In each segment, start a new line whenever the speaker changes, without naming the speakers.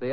The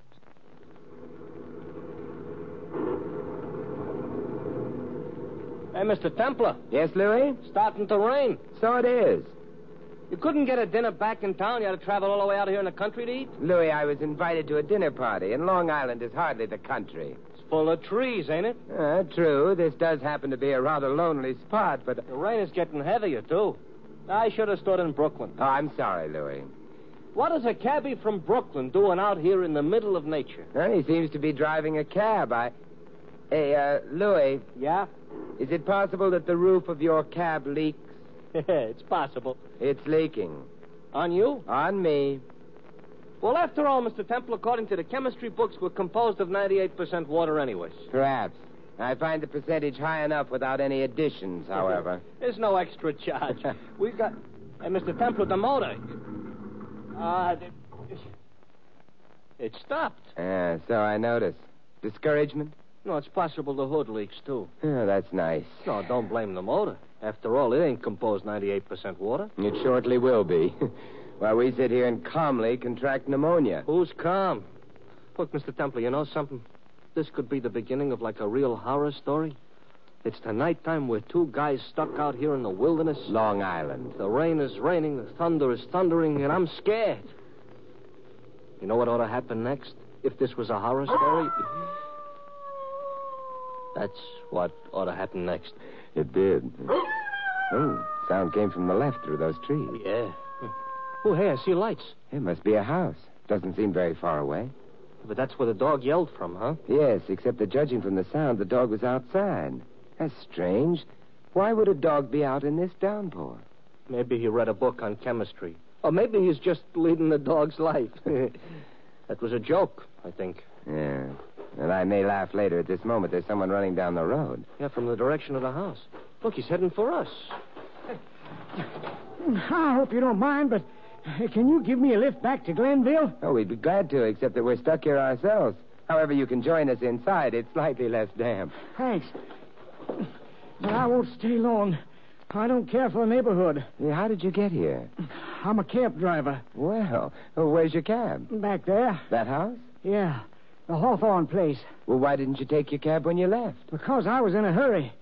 Hey, Mr. Templar,
Yes, Louis?
starting to rain.
So it is.
You couldn't get a dinner back in town. You had to travel all the way out here in the country to eat.
Louis, I was invited to a dinner party, and Long Island is hardly the country.
It's full of trees, ain't it?
Uh, true, this does happen to be a rather lonely spot, but.
The rain is getting heavier, too. I should have stood in Brooklyn.
Oh, I'm sorry, Louis.
What is a cabbie from Brooklyn doing out here in the middle of nature?
Huh, he seems to be driving a cab. I. Hey, uh, Louis,
Yeah?
is it possible that the roof of your cab leaks?
it's possible.
It's leaking.
On you?
On me.
Well, after all, Mr. Temple, according to the chemistry books, we're composed of 98% water, anyways.
Perhaps. I find the percentage high enough without any additions, however.
There's no extra charge. We've got. Hey, Mr. Temple, the motor. Uh, the- it stopped.
Ah, so I notice. Discouragement?
No, it's possible the hood leaks, too.
Oh, that's nice.
No, don't blame the motor. After all, it ain't composed 98% water.
It shortly will be. While we sit here and calmly contract pneumonia.
Who's calm? Look, Mr. Temple, you know something? This could be the beginning of like a real horror story. It's the night time where two guys stuck out here in the wilderness.
Long Island.
The rain is raining, the thunder is thundering, and I'm scared. You know what ought to happen next? If this was a horror story. That's what ought to happen next.
It did. Oh, sound came from the left through those trees.
Yeah. Oh, hey, I see lights.
It must be a house. Doesn't seem very far away.
But that's where the dog yelled from, huh?
Yes, except that judging from the sound, the dog was outside. That's strange. Why would a dog be out in this downpour?
Maybe he read a book on chemistry. Or maybe he's just leading the dog's life. that was a joke, I think.
Yeah. And I may laugh later. At this moment, there's someone running down the road.
Yeah, from the direction of the house. Look, he's heading for us.
I hope you don't mind, but uh, can you give me a lift back to Glenville?
Oh, we'd be glad to, except that we're stuck here ourselves. However, you can join us inside. It's slightly less damp.
Thanks. But I won't stay long. I don't care for the neighborhood.
Yeah, How did you get here?
I'm a cab driver.
Well, uh, where's your cab?
Back there?
That house?
Yeah. The Hawthorne place.
Well, why didn't you take your cab when you left?
Because I was in a hurry.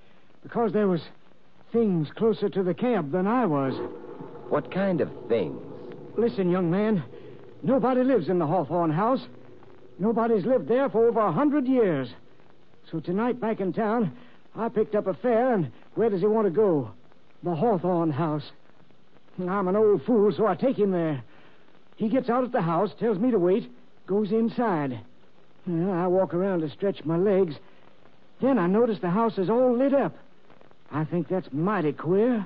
Because there was things closer to the cab than I was.
What kind of thing?
Listen, young man. Nobody lives in the Hawthorne house. Nobody's lived there for over a hundred years. So tonight, back in town, I picked up a fare, and where does he want to go? The Hawthorne house. I'm an old fool, so I take him there. He gets out at the house, tells me to wait, goes inside. Well, I walk around to stretch my legs. Then I notice the house is all lit up. I think that's mighty queer,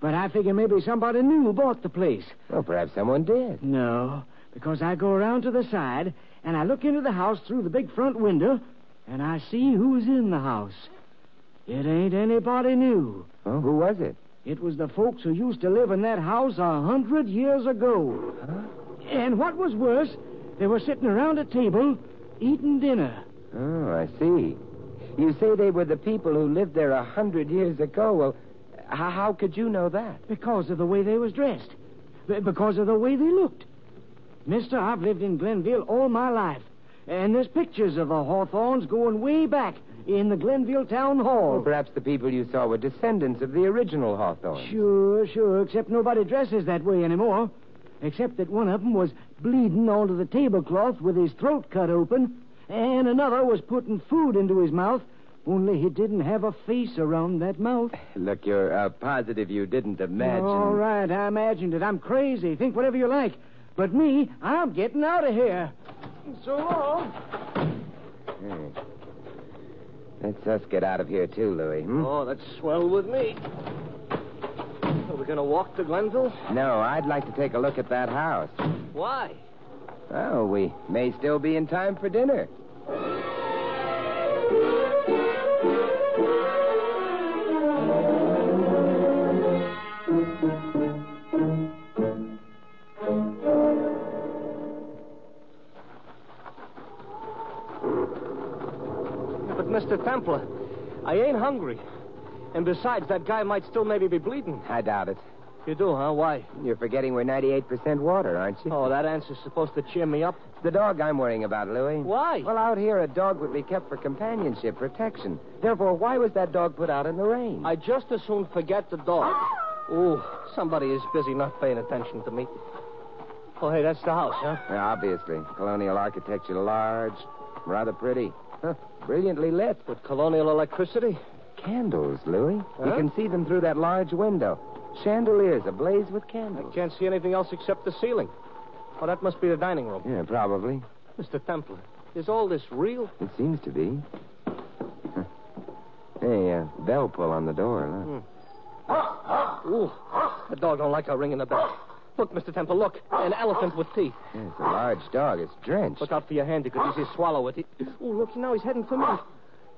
but I figure maybe somebody new bought the place.
Well, perhaps someone did.
No, because I go around to the side and I look into the house through the big front window and I see who's in the house. It ain't anybody new.
Oh, who was it?
It was the folks who used to live in that house a hundred years ago. And what was worse, they were sitting around a table eating dinner.
Oh, I see. You say they were the people who lived there a hundred years ago. Well, h- how could you know that?
Because of the way they was dressed. Be- Because of the way they looked. Mister, I've lived in Glenville all my life. And there's pictures of the Hawthorns going way back in the Glenville Town
Well,
Hall.
perhaps the people you saw were descendants of the original Hawthorne.
Sure, sure, except nobody dresses that way anymore. Except that one of 'em was bleeding onto the tablecloth with his throat cut open, and another was putting food into his mouth, only he didn't have a face around that mouth.
Look, you're uh, positive you didn't imagine.
All right, I imagined it. I'm crazy. Think whatever you like. But me, I'm getting out of here. So long.
Oh.
Hmm. Let's us get out of here, too, Louis. hmm?
Oh, that's swell with me. Are we going to walk to Glenville?
No, I'd like to take a look at that house.
Why?
Well, we may still be in time for dinner.
But, Mr. Templar, I ain't hungry. And besides, that guy might still maybe be bleeding.
I doubt it.
You do, huh? Why?
You're forgetting we're 98% water, aren't you?
Oh, that answer's supposed to cheer me up.
The dog I'm worrying about, Louis.
Why?
Well, out here, a dog would be kept for companionship, protection. Therefore, why was that dog put out in the rain?
I just as soon forget the dog. Ooh, somebody is busy not paying attention to me. Oh, hey, that's the house, huh?
Yeah, obviously. Colonial architecture, large, rather pretty. Huh, Brilliantly lit.
With colonial electricity?
Candles, Louis. You
Huh?
can see them through that large window. Chandeliers ablaze with
I
candles.
can't see anything else except the ceiling. Oh, that must be the dining room.
Yeah, probably.
Mr. Templar, is all this real?
It seems to be. Huh. Hey, uh, bell pull on the door.
Hmm. Ooh, the dog don't like our ringing the bell. Look, Mr. Temple, look. An elephant with teeth.
Huh? Yeah, it's a large dog. It's drenched.
Look out for your hand. You could easily swallow it. He... Ooh, look, now he's heading for me.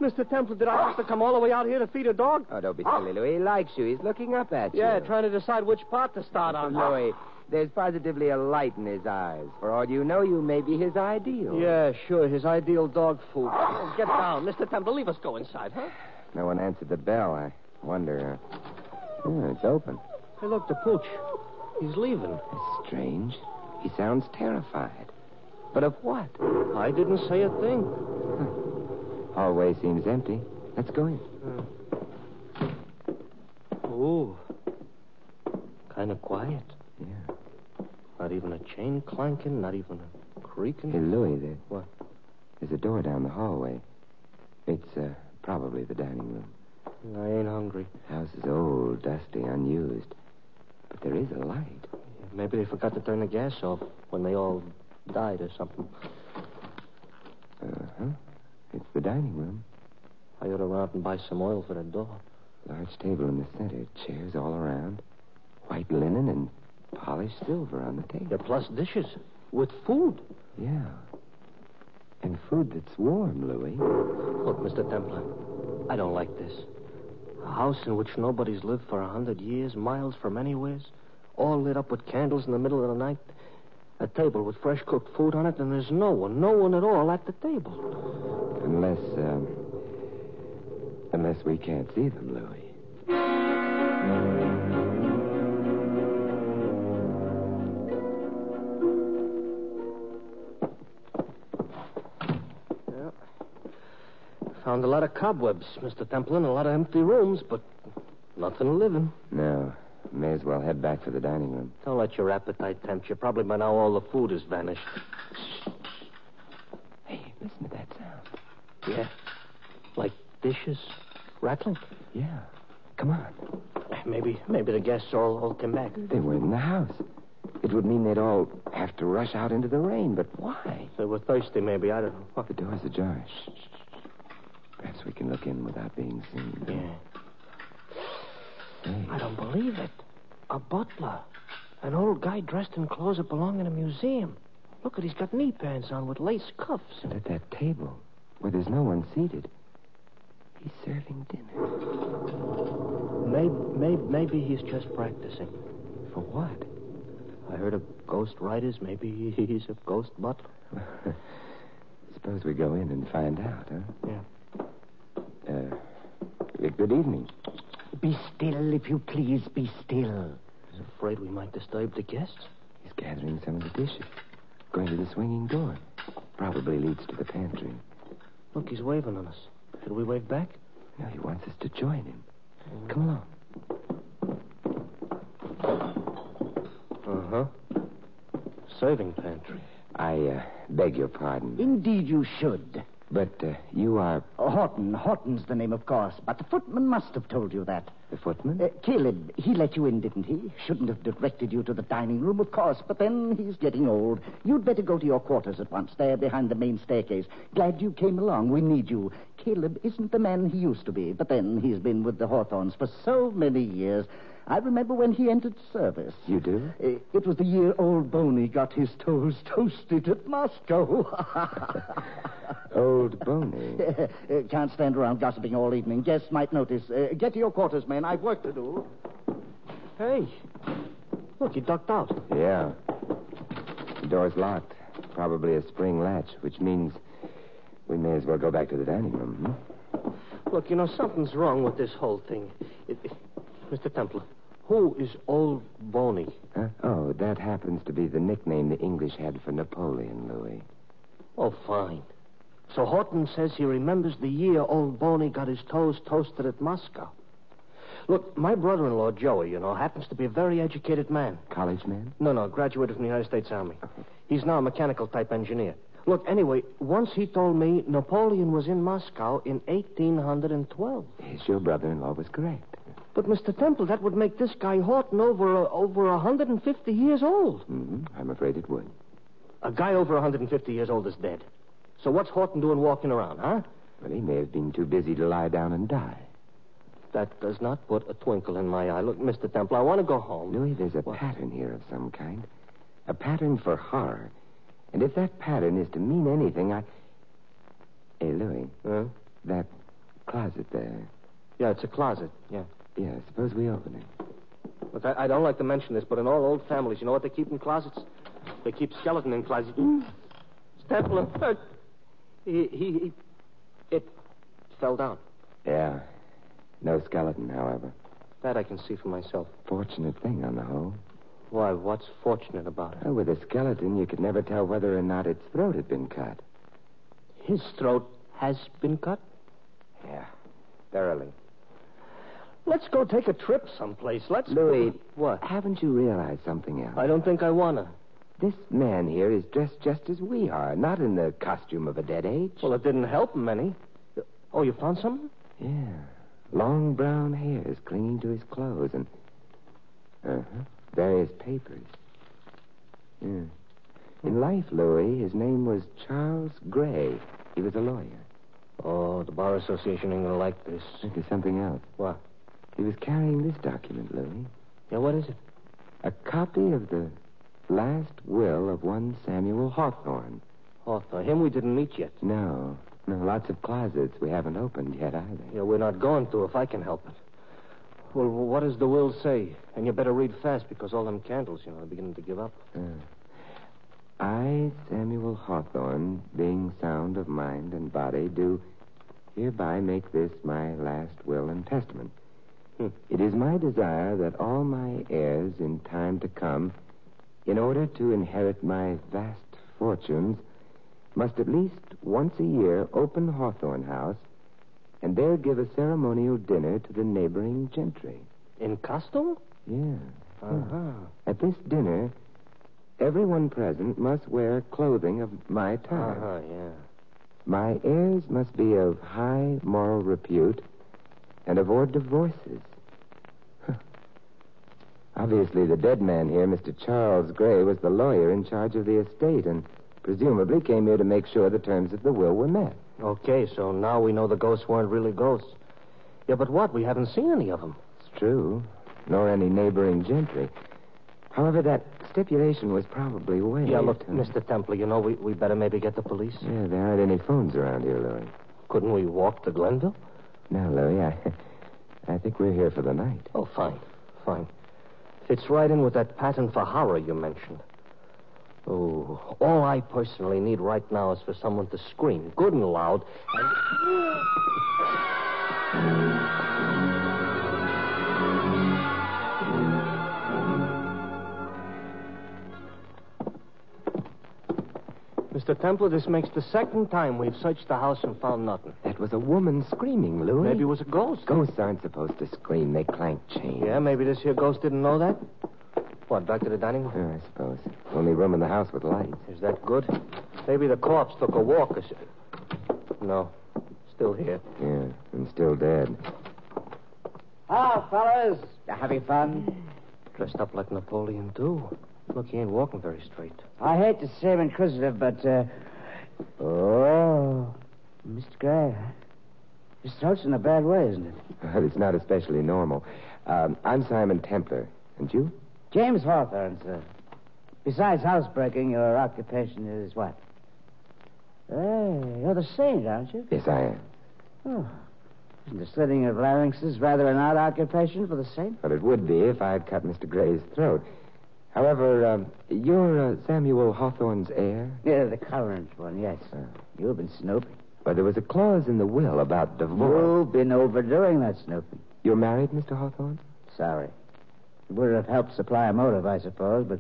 Mr. Temple, did I have to come all the way out here to feed a dog?
Oh, don't be silly, Louis. He likes you. He's looking up at you.
Yeah, trying to decide which part to start on.
Louis, there's positively a light in his eyes. For all you know, you may be his ideal.
Yeah, sure. His ideal dog food. Oh, get down. Mr. Temple, leave us go inside, huh?
No one answered the bell. I wonder. Uh... Yeah, it's open.
Hey, look, the pooch. He's leaving.
It's strange. He sounds terrified. But of what?
I didn't say a thing.
Hallway seems empty. Let's go in.
Ooh. Kind of quiet.
Yeah.
Not even a chain clanking, not even a creaking.
Hey, Louis, there.
What?
There's a door down the hallway. It's uh, probably the dining room.
I ain't hungry.
House is old, dusty, unused. But there is a light.
Maybe they forgot to turn the gas off when they all died or something.
Uh huh. It's the dining room.
I ought to run out and buy some oil for the door.
Large table in the center, chairs all around, white linen and polished silver on the table.
Yeah, plus dishes. With food.
Yeah. And food that's warm, Louis.
Look, Mr. Templar, I don't like this. A house in which nobody's lived for a hundred years, miles from anywheres, all lit up with candles in the middle of the night, a table with fresh cooked food on it, and there's no one, no one at all at the table.
Unless, um, unless we can't see them, Louis.
Found a lot of cobwebs, Mr. Templar, and a lot of empty rooms, but nothing living.
No. May as well head back for the dining room.
Don't let your appetite tempt you. Probably by now all the food has vanished.
Hey, listen to that sound.
Yeah. Like dishes rattling.
Yeah. Come on.
Maybe, maybe the guests all, all came back.
They were in the house. It would mean they'd all have to rush out into the rain, but why?
They were thirsty, maybe. I don't know.
The door's ajar. Shh, shh, shh. Perhaps we can look in without being seen.
Yeah.
Hey,
I don't believe it. A butler. An old guy dressed in clothes that belong in a museum. Look at he's got knee pants on with lace cuffs.
and at that table where there's no one seated, he's serving dinner.
Maybe, maybe, maybe he's just practicing.
For what?
I heard of ghost writers. Maybe he's a ghost butler.
Suppose we go in and find out, huh?
Yeah.
Uh, y- good evening.
Be still, if you please, be still.
I was afraid we might disturb the guests.
He's gathering some of the dishes. Going to the swinging door. Probably leads to the pantry.
Look, he's waving on us. Should we wave back?
No, he wants us to join him. Come along.
Uh huh. Serving pantry.
I uh, beg your pardon,
Indeed, you should.
but uh, you are
Oh, Horton, Horton's the name, of course, but the footman must have told you that.
the footman?
Uh, Caleb, he let you in, didn't he? Shouldn't have directed you to the dining room, of course, but then he's getting old. You'd better go to your quarters at once, there behind the main staircase. Glad you came along. We need you. Caleb isn't the man he used to be, but then he's been with the Hawthorns for so many years. I remember when he entered service.
You do?
Uh, It was the year old Boney got his toes toasted at Moscow.
Old Boney.
Uh, Can't stand around gossiping all evening. Guests might notice. Uh, Get to your quarters, men. I've work to do.
Hey, look, he ducked out.
Yeah. The door's locked. Probably a spring latch, which means we may as well go back to the dining room. Hmm?
Look, you know, something's wrong with this whole thing. It, it- Mr. Templar, who is old Boney?
Huh? Oh, that happens to be the nickname the English had for Napoleon, Louis.
Oh, fine. So Horton says he remembers the year old Boney got his toes toasted at Moscow. Look, my brother in law, Joey, you know, happens to be a very educated man.
College man?
No, no, graduated from the United States Army. He's now a mechanical type engineer. Look, anyway, once he told me Napoleon was in Moscow in 1812.
Yes, your brother-in-law was correct.
But, Mr. Temple, that would make this guy Horton over, uh, over 150 years old.
hmm I'm afraid it would.
A guy over 150 years old is dead. So what's Horton doing walking around, huh?
Well, he may have been too busy to lie down and die.
That does not put a twinkle in my eye. Look, Mr. Temple, I want to go home.
Louis, there's a
What?
pattern here of some kind. A pattern for horror. And if that pattern is to mean anything, I. Hey, Louis,
Huh?
that closet there.
Yeah, it's a closet. Yeah.
Yeah, suppose we open it.
Look, I, I don't like to mention this, but in all old families, you know what they keep in closets? They keep skeleton in closets. Stempler. uh, He, he, he. It fell down.
Yeah. No skeleton, however.
That I can see for myself.
Fortunate thing on the whole.
Why, what's fortunate about it?
Well, with a skeleton, you could never tell whether or not its throat had been cut.
His throat has been cut.
Yeah, thoroughly.
Let's go take a trip someplace. Let's.
Louis.
What?
Haven't you realized something else?
I don't think I want to.
This man here is dressed just as we are, not in the costume of a dead age.
Well, it didn't help him any. Oh, you found something?
Yeah. Long brown hairs clinging to his clothes and. Uh huh. Various papers. Yeah. In life, Louis, his name was Charles Gray. He was a lawyer.
Oh, the Bar Association ain't gonna like this.
Look, There's something else.
What?
He was carrying this document, Louis.
Yeah, what is it?
A copy of the last will of one Samuel Hawthorne.
Hawthorne. Oh, Him we didn't meet yet.
No. No, lots of closets we haven't opened yet either.
Yeah, we're not going to if I can help it. Well, what does the will say? And you better read fast because all them candles, you know, are beginning to give up.
Uh, I, Samuel Hawthorne, being sound of mind and body, do hereby make this my last will and testament.
Hmm.
It is my desire that all my heirs in time to come, in order to inherit my vast fortunes, must at least once a year open Hawthorne House and there give a ceremonial dinner to the neighboring gentry.
In costume?
Yeah.
Uh-huh.
At this dinner, everyone present must wear clothing of my time.
Uh-huh, yeah.
My heirs must be of high moral repute and avoid divorces. Huh. Obviously, the dead man here, Mr. Charles Gray, was the lawyer in charge of the estate and presumably came here to make sure the terms of the will were met.
Okay, so now we know the ghosts weren't really ghosts. Yeah, but what? We haven't seen any of them.
It's true, nor any neighboring gentry. However, that stipulation was probably waived.
Yeah, look,
and-
Mr. Temple, you know, we, we better maybe get the police.
Yeah, there aren't any phones around here, Louis.
Couldn't we walk to Glenville?
No, Louis, I, I think we're here for the night.
Oh, fine, fine. Fits right in with that pattern for horror you mentioned. Oh, all I personally need right now is for someone to scream good and loud. And... Mr. Templar, this makes the second time we've searched the house and found nothing.
That was a woman screaming, Louis.
Maybe it was a ghost.
Ghosts aren't supposed to scream. They clank chains.
Yeah, maybe this here ghost didn't know that. What, back to the dining room?
Oh, I suppose. Only room in the house with lights.
Is that good? Maybe the corpse took a walk or something. No, still here.
Yeah, and still dead.
Hello, Ah, fellas. Having fun?
Dressed up like Napoleon, too. Look, he ain't walking very straight.
I hate to seem inquisitive, but, uh... Oh, Mr. Gray, his throat's in a bad way, isn't it?
Well, it's not especially normal. Um, I'm Simon Templar. And you?
James Hawthorne, sir. Besides housebreaking, your occupation is what? Hey, you're the saint, aren't you?
Yes, I am.
Oh. Isn't the slitting of larynxes rather an odd occupation for the saint?
Well, it would be if I'd cut Mr. Gray's throat. However, um, you're uh, Samuel Hawthorne's heir.
Yeah, the current one, yes.
Uh,
You've been snooping.
Well, there was a clause in the will about divorce.
You've been overdoing that snooping.
You're married, Mr. Hawthorne?
Sorry. It would have helped supply a motive, I suppose, but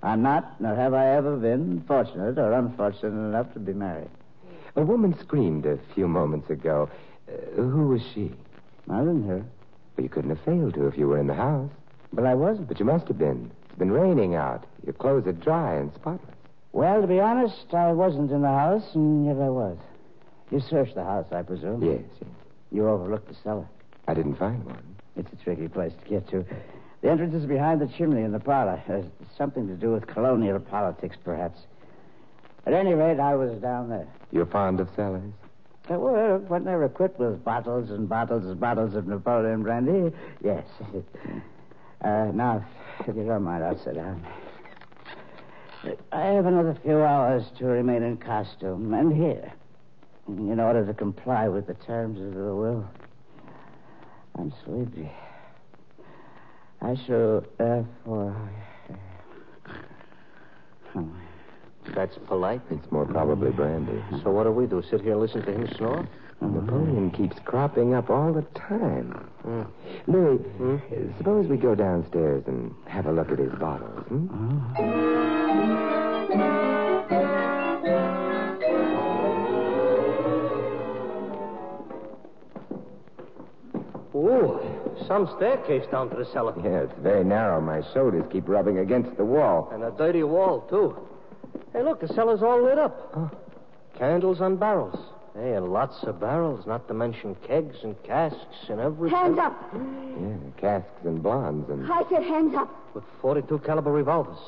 I'm not, nor have I ever been, fortunate or unfortunate enough to be married.
A woman screamed a few moments ago. Uh, who was she?
I didn't hear.
Well, you couldn't have failed to if you were in the house.
But I wasn't.
But you must have been. It's been raining out. Your clothes are dry and spotless.
Well, to be honest, I wasn't in the house, and yet I was. You searched the house, I presume.
Yes, yes.
You overlooked the cellar.
I didn't find one.
It's a tricky place to get to. The entrance is behind the chimney in the parlor. There's something to do with colonial politics, perhaps. At any rate, I was down there.
You're fond of cellars?
Uh, Well, when they were equipped with bottles and bottles and bottles of Napoleon brandy, yes. uh, now, if you don't mind, I'll sit down. I have another few hours to remain in costume and here, in order to comply with the terms of the will. I'm sleepy. I shall therefore.
That's polite.
It's more probably brandy.
So what do we do? Sit here and listen to him snore?
Napoleon keeps cropping up all the time.
Hmm.
Louis, uh, suppose we go downstairs and have a look at his bottles, hmm?
Oh, some staircase down to the cellar.
Yeah, it's very narrow. My shoulders keep rubbing against the wall.
And a dirty wall, too. Hey, look, the cellar's all lit up. Candles on barrels. Hey, and lots of barrels, not to mention kegs and casks and everything.
Hands up.
Yeah, casks and blondes and...
I said hands up.
With 42 caliber revolvers.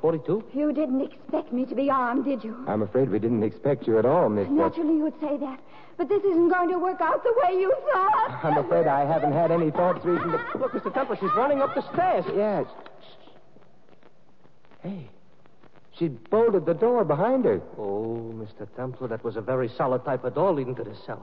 42?
You didn't expect me to be armed, did you?
I'm afraid we didn't expect you at all, Miss...
Naturally, you would say that. But this isn't going to work out the way you thought.
I'm afraid I haven't had any thoughts recently.
Look, Mr. Temple, she's running up the stairs.
Yes. Hey, she bolted the door behind her.
Oh, Mr. Templar, that was a very solid type of door leading to the cellar.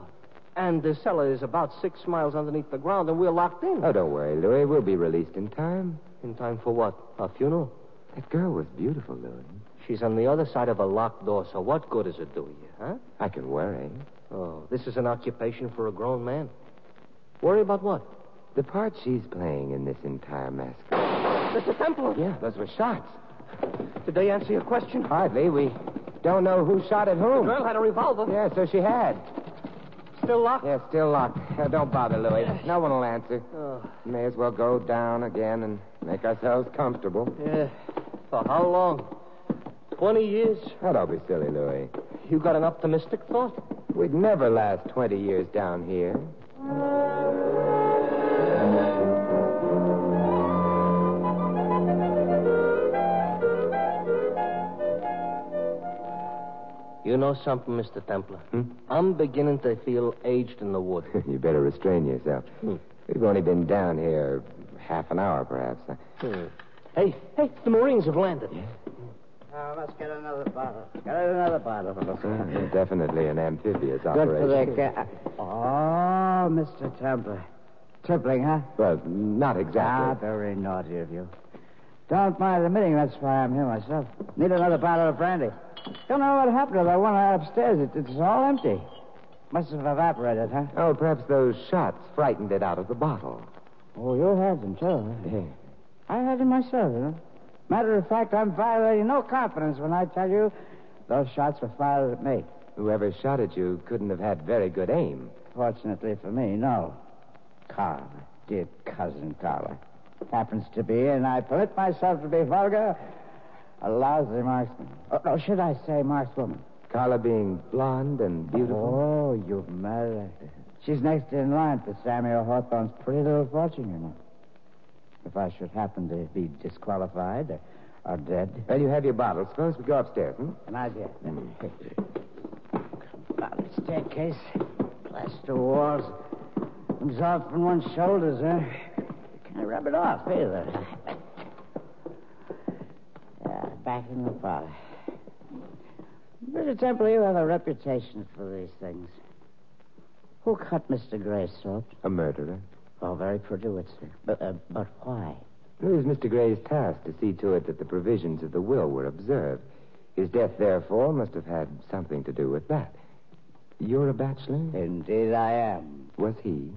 And the cellar is about six miles underneath the ground, and we're locked in.
Oh, don't worry, Louis. We'll be released in time.
In time for what? A funeral?
That girl was beautiful, Louis.
She's on the other side of a locked door, so what good does it do you, huh?
I can worry.
Oh, this is an occupation for a grown man. Worry about what?
The part she's playing in this entire masquerade.
Mr. Temple!
Yeah, those were shots.
Did they answer your question?
Hardly. We don't know who shot at whom.
girl had a revolver.
Yeah, so she had.
Still locked?
Yeah, still locked. Uh, don't bother, Louis. No one will answer.
Oh,
May as well go down again and make ourselves comfortable.
yeah. For how long? Twenty years?
That'll be silly, Louis.
You got an optimistic thought?
We'd never last 20 years down here.
You know something, Mr. Templar? I'm beginning to feel aged in the wood.
you better restrain yourself. We've only been down here half an hour, perhaps.
Hmm. Hey, hey, the Marines have landed.
Now, let's get another bottle. Get another bottle.
Uh, definitely an amphibious
Good for
operation.
the ca- Oh, Mr. Templar. Tippling, huh?
Well, not
Ah,
exactly.
very naughty of you. Don't mind admitting that's why I'm here myself. Need another bottle of brandy. Don't know what happened to that one out upstairs. It, it's all empty. Must have evaporated, huh?
Oh, perhaps those shots frightened it out of the bottle.
Oh, you had them, too. huh?
Yeah.
I had them myself, you know. Matter of fact, I'm violating no confidence when I tell you those shots were fired at me.
Whoever shot at you couldn't have had very good aim.
Fortunately for me, no. Carla, dear cousin Carla, happens to be, and I permit myself to be vulgar, a lousy marksman. Or, or should I say markswoman?
Carla being blonde and beautiful.
Oh, you've married her. She's next in line for Samuel Hawthorne's pretty little fortune, you know. If I should happen to be disqualified or, or dead,
Well, you have your bottle. Suppose we go upstairs, hmm?
an idea. Bottom staircase, plaster walls, absorbed from one's shoulders, huh? rub it off either. yeah, back in the parlor. Mr. Temple, you have a reputation for these things. Who cut Mr. Gray's throat?
A murderer.
Oh, very perduity. But, uh, but why?
It was Mr. Gray's task to see to it that the provisions of the will were observed. His death, therefore, must have had something to do with that. You're a bachelor?
Indeed, I am.
Was he?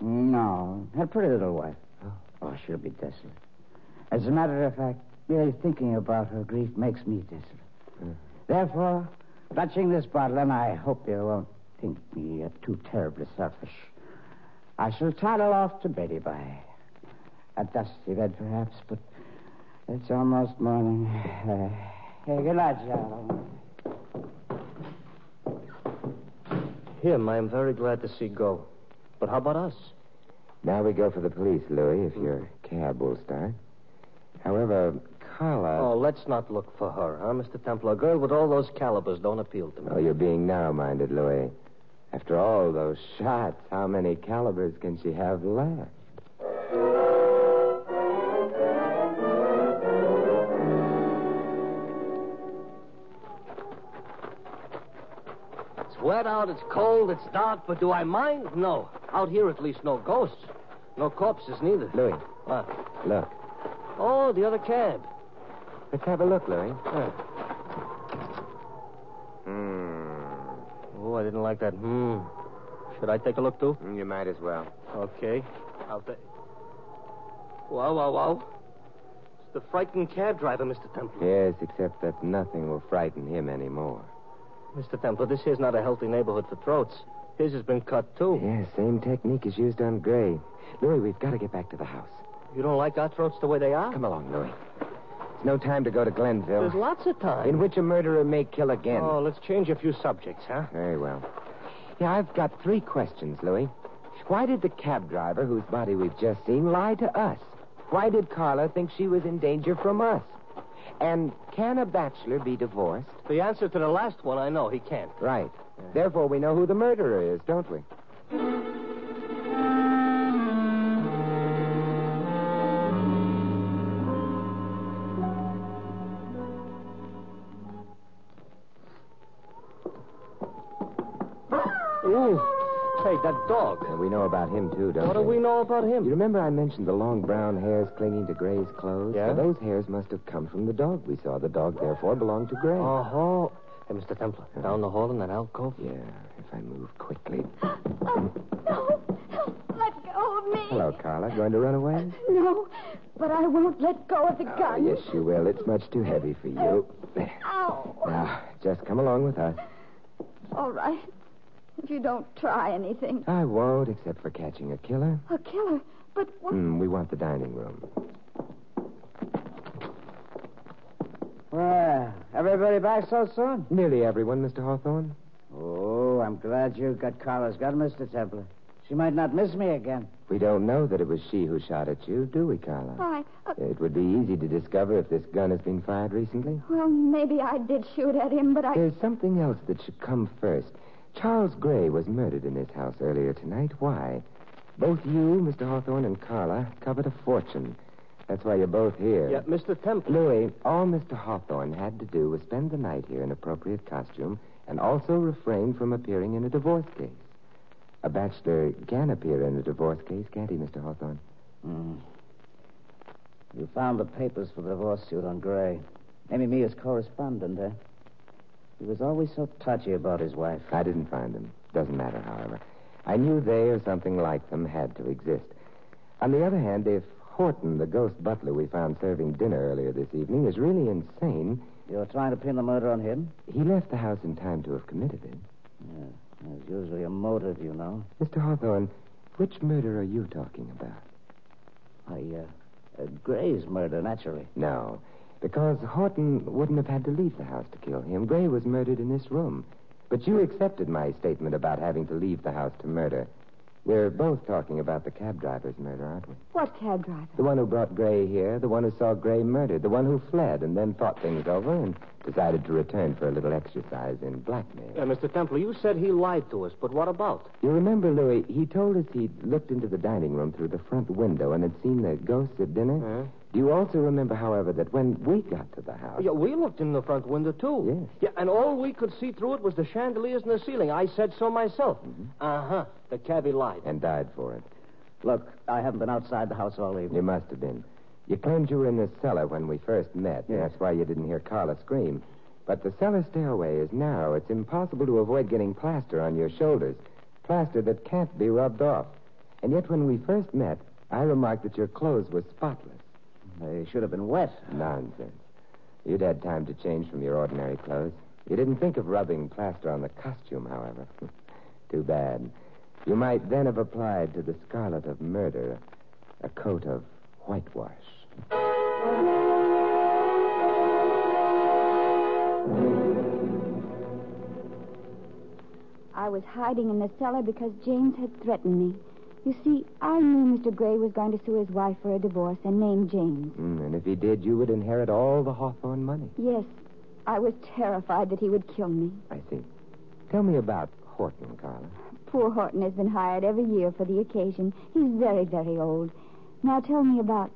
No, a pretty little wife. Oh, she'll be desolate. As a matter of fact, merely thinking about her grief makes me desolate. Therefore, clutching this bottle, and I hope you won't think me uh, too terribly selfish, I shall toddle off to Betty by. A dusty bed, perhaps, but it's almost morning. Uh, hey, good night, John.
Him, I'm very glad to see go. But how about us?
Now we go for the police, Louis, if your cab will start. However, Carla.
Oh, let's not look for her, huh, Mr. Temple? A girl with all those calibers don't appeal to me.
Oh, you're being narrow minded, Louis. After all those shots, how many calibers can she have left?
It's wet out, it's cold, it's dark, but do I mind? No. Out here, at least, no ghosts. No corpses, neither.
Louis,
What?
look.
Oh, the other cab.
Let's have a look, Louis.
Huh.
Hmm.
Oh, I didn't like that. Hmm. Should I take a look, too?
You might as well.
Okay. I'll take. Wow, wow, wow. It's the frightened cab driver, Mr. Temple.
Yes, except that nothing will frighten him anymore.
Mr. Temple, this here's not a healthy neighborhood for throats. His has been cut, too.
Yes, same technique is used on Gray. Louis, we've got to get back to the house.
You don't like our throats the way they are?
Come along, Louis. It's no time to go to Glenville.
There's lots of time.
In which a murderer may kill again.
Oh, let's change a few subjects, huh?
Very well. Yeah, I've got three questions, Louis. Why did the cab driver, whose body we've just seen, lie to us? Why did Carla think she was in danger from us? And can a bachelor be divorced?
The answer to the last one, I know he can't.
Right. Therefore, we know who the murderer is, don't we?
Ooh, hey, that dog.
And we know about him, too, don't
What do
we?
we know about
You
him?
remember I mentioned the long brown hairs clinging to Gray's clothes?
Yeah?
Well, those hairs must have come from the dog we saw. The dog, therefore, belonged to Gray.
Uh-huh. Hey, Mr. Temple, down the hall in that alcove?
Yeah, if I move quickly.
Oh, no. Let go of me.
Hello, Carla. Going to run away?
No, but I won't let go of the
Oh,
gun.
yes, you will. It's much too heavy for you.
Ow.
Now, just come along with us.
All right. If you don't try anything.
I won't, except for catching a killer.
A killer. But what?
Hmm, we want the dining room.
Well, everybody back so soon?
Nearly everyone, Mr. Hawthorne.
Oh, I'm glad you got Carla's gun, Mr. Templer. She might not miss me again.
We don't know that it was she who shot at you, do we, Carla?
I, uh,
It would be easy to discover if this gun has been fired recently.
well, maybe I did shoot at him, but I.
There's something else that should come first. Charles Gray was murdered in this house earlier tonight. Why? Both you, Mr. Hawthorne, and Carla covered a fortune. That's why you're both here.
Yeah, Mr. Temple.
Louis, all Mr. Hawthorne had to do was spend the night here in appropriate costume and also refrain from appearing in a divorce case. A bachelor can appear in a divorce case, can't he, Mr. Hawthorne?
Hmm. You found the papers for the divorce suit on Gray. Amy me as correspondent, eh? He was always so touchy about his wife.
I didn't find them. Doesn't matter, however. I knew they or something like them had to exist. On the other hand, if Horton, the ghost butler we found serving dinner earlier this evening, is really insane,
You're trying to pin the murder on him?
he left the house in time to have committed it.
Yeah. There's usually a motive, you know.
Mr. Hawthorne, which murder are you talking about?
I, uh, uh Gray's murder, naturally.
No, because Horton wouldn't have had to leave the house to kill him. Gray was murdered in this room. But you accepted my statement about having to leave the house to murder. We're both talking about the cab driver's murder, aren't we?
What cab driver?
The one who brought Gray here, the one who saw Gray murdered, the one who fled and then thought things over and decided to return for a little exercise in blackmail.
Uh, Mr. Templer, you said he lied to us, but what about?
You remember, Louis, he told us he'd looked into the dining room through the front window and had seen the ghosts at dinner.
Huh?
Do you also remember, however, that when we got to the house,
Yeah, we looked in the front window, too.
Yes.
Yeah, and all we could see through it was the chandeliers and the ceiling. I said so myself. Uh huh. The cabbie lied.
and died for it?
Look, I haven't been outside the house all evening.
You must have been. You claimed you were in the cellar when we first met. and That's why you didn't hear Carla scream. But the cellar stairway is narrow. It's impossible to avoid getting plaster on your shoulders. Plaster that can't be rubbed off. And yet, when we first met, I remarked that your clothes were spotless.
They should have been wet.
Nonsense. You'd had time to change from your ordinary clothes. You didn't think of rubbing plaster on the costume, however. Too bad. You might then have applied to the scarlet of murder a coat of whitewash.
I was hiding in the cellar because James had threatened me. You see, I knew Mr. Gray was going to sue his wife for a divorce and name James.
Mm, and if he did, you would inherit all the Hawthorne money.
Yes, I was terrified that he would kill me.
I see. Tell me about Horton, Carla.
Poor Horton has been hired every year for the occasion. He's very, very old. Now tell me about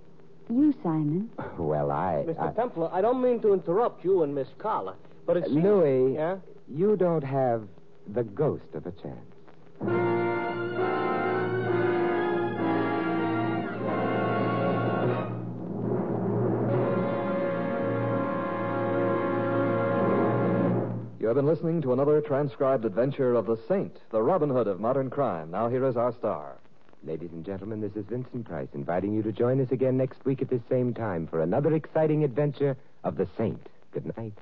you, Simon.
Well, I.
Mr.
I-
Templer, I don't mean to interrupt you and Miss Carla, but it seems...
Louis,
Yeah?
you don't have the ghost of a chance.
You have been listening to another transcribed adventure of the saint, the Robin Hood of modern crime. Now here is our star.
Ladies and gentlemen, this is Vincent Price inviting you to join us again next week at this same time for another exciting adventure of the Saint. Good night.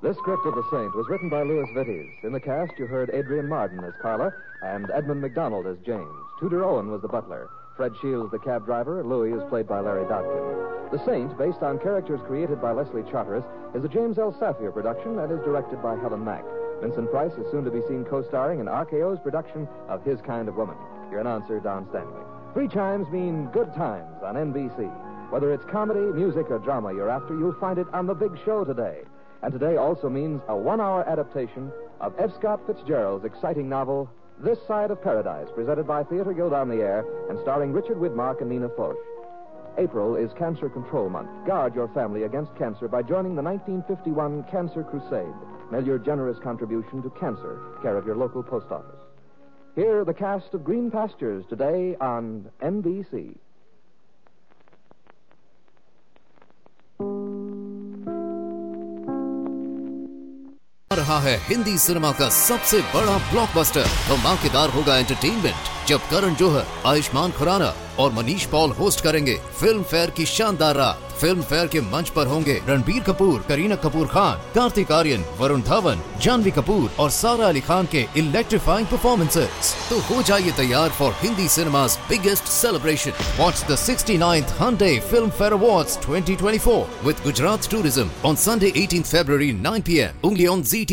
This script of The Saint was written by Louis Vittes. In the cast, you heard Adrian Marden as Carla and Edmund McDonald as James. Tudor Owen was the butler. Fred Shields, the cab driver. Louis is played by Larry Dodkin. The Saint, based on characters created by Leslie Charteris, is a James L. Safier production and is directed by Helen Mack. Vincent Price is soon to be seen co-starring in RKO's production of His Kind of Woman. Your announcer, Don Stanley. Three chimes mean good times on NBC. Whether it's comedy, music, or drama you're after, you'll find it on The Big Show today. And today also means a one hour adaptation of F. Scott Fitzgerald's exciting novel, This Side of Paradise, presented by Theatre Guild on the Air and starring Richard Widmark and Nina Foch. April is Cancer Control Month. Guard your family against cancer by joining the 1951 Cancer Crusade. Mail your generous contribution to cancer, care of your local post office. Here are the cast of Green Pastures today on NBC.
आ रहा है Hindi cinema का सबसे बड़ा blockbuster धमाकेदार होगा entertainment जब करण जोहर आयुष्मान खुराना और Manish Paul host करेंगे फिल्म फेयर की शानदार रात फिल्म फेयर के मंच पर होंगे रणबीर कपूर करीना कपूर खान कार्तिक आर्यन वरुण धवन जानवी कपूर और सारा अली खान के इलेक्ट्रीफाइंग परफॉर्मेंसेस तो हो जाइए तैयार for Hindi cinema's biggest celebration. Watch the 69th Hyundai Film Fair Awards 2024 with Gujarat Tourism on Sunday, 18th February, 9 p.m. Only on ZT.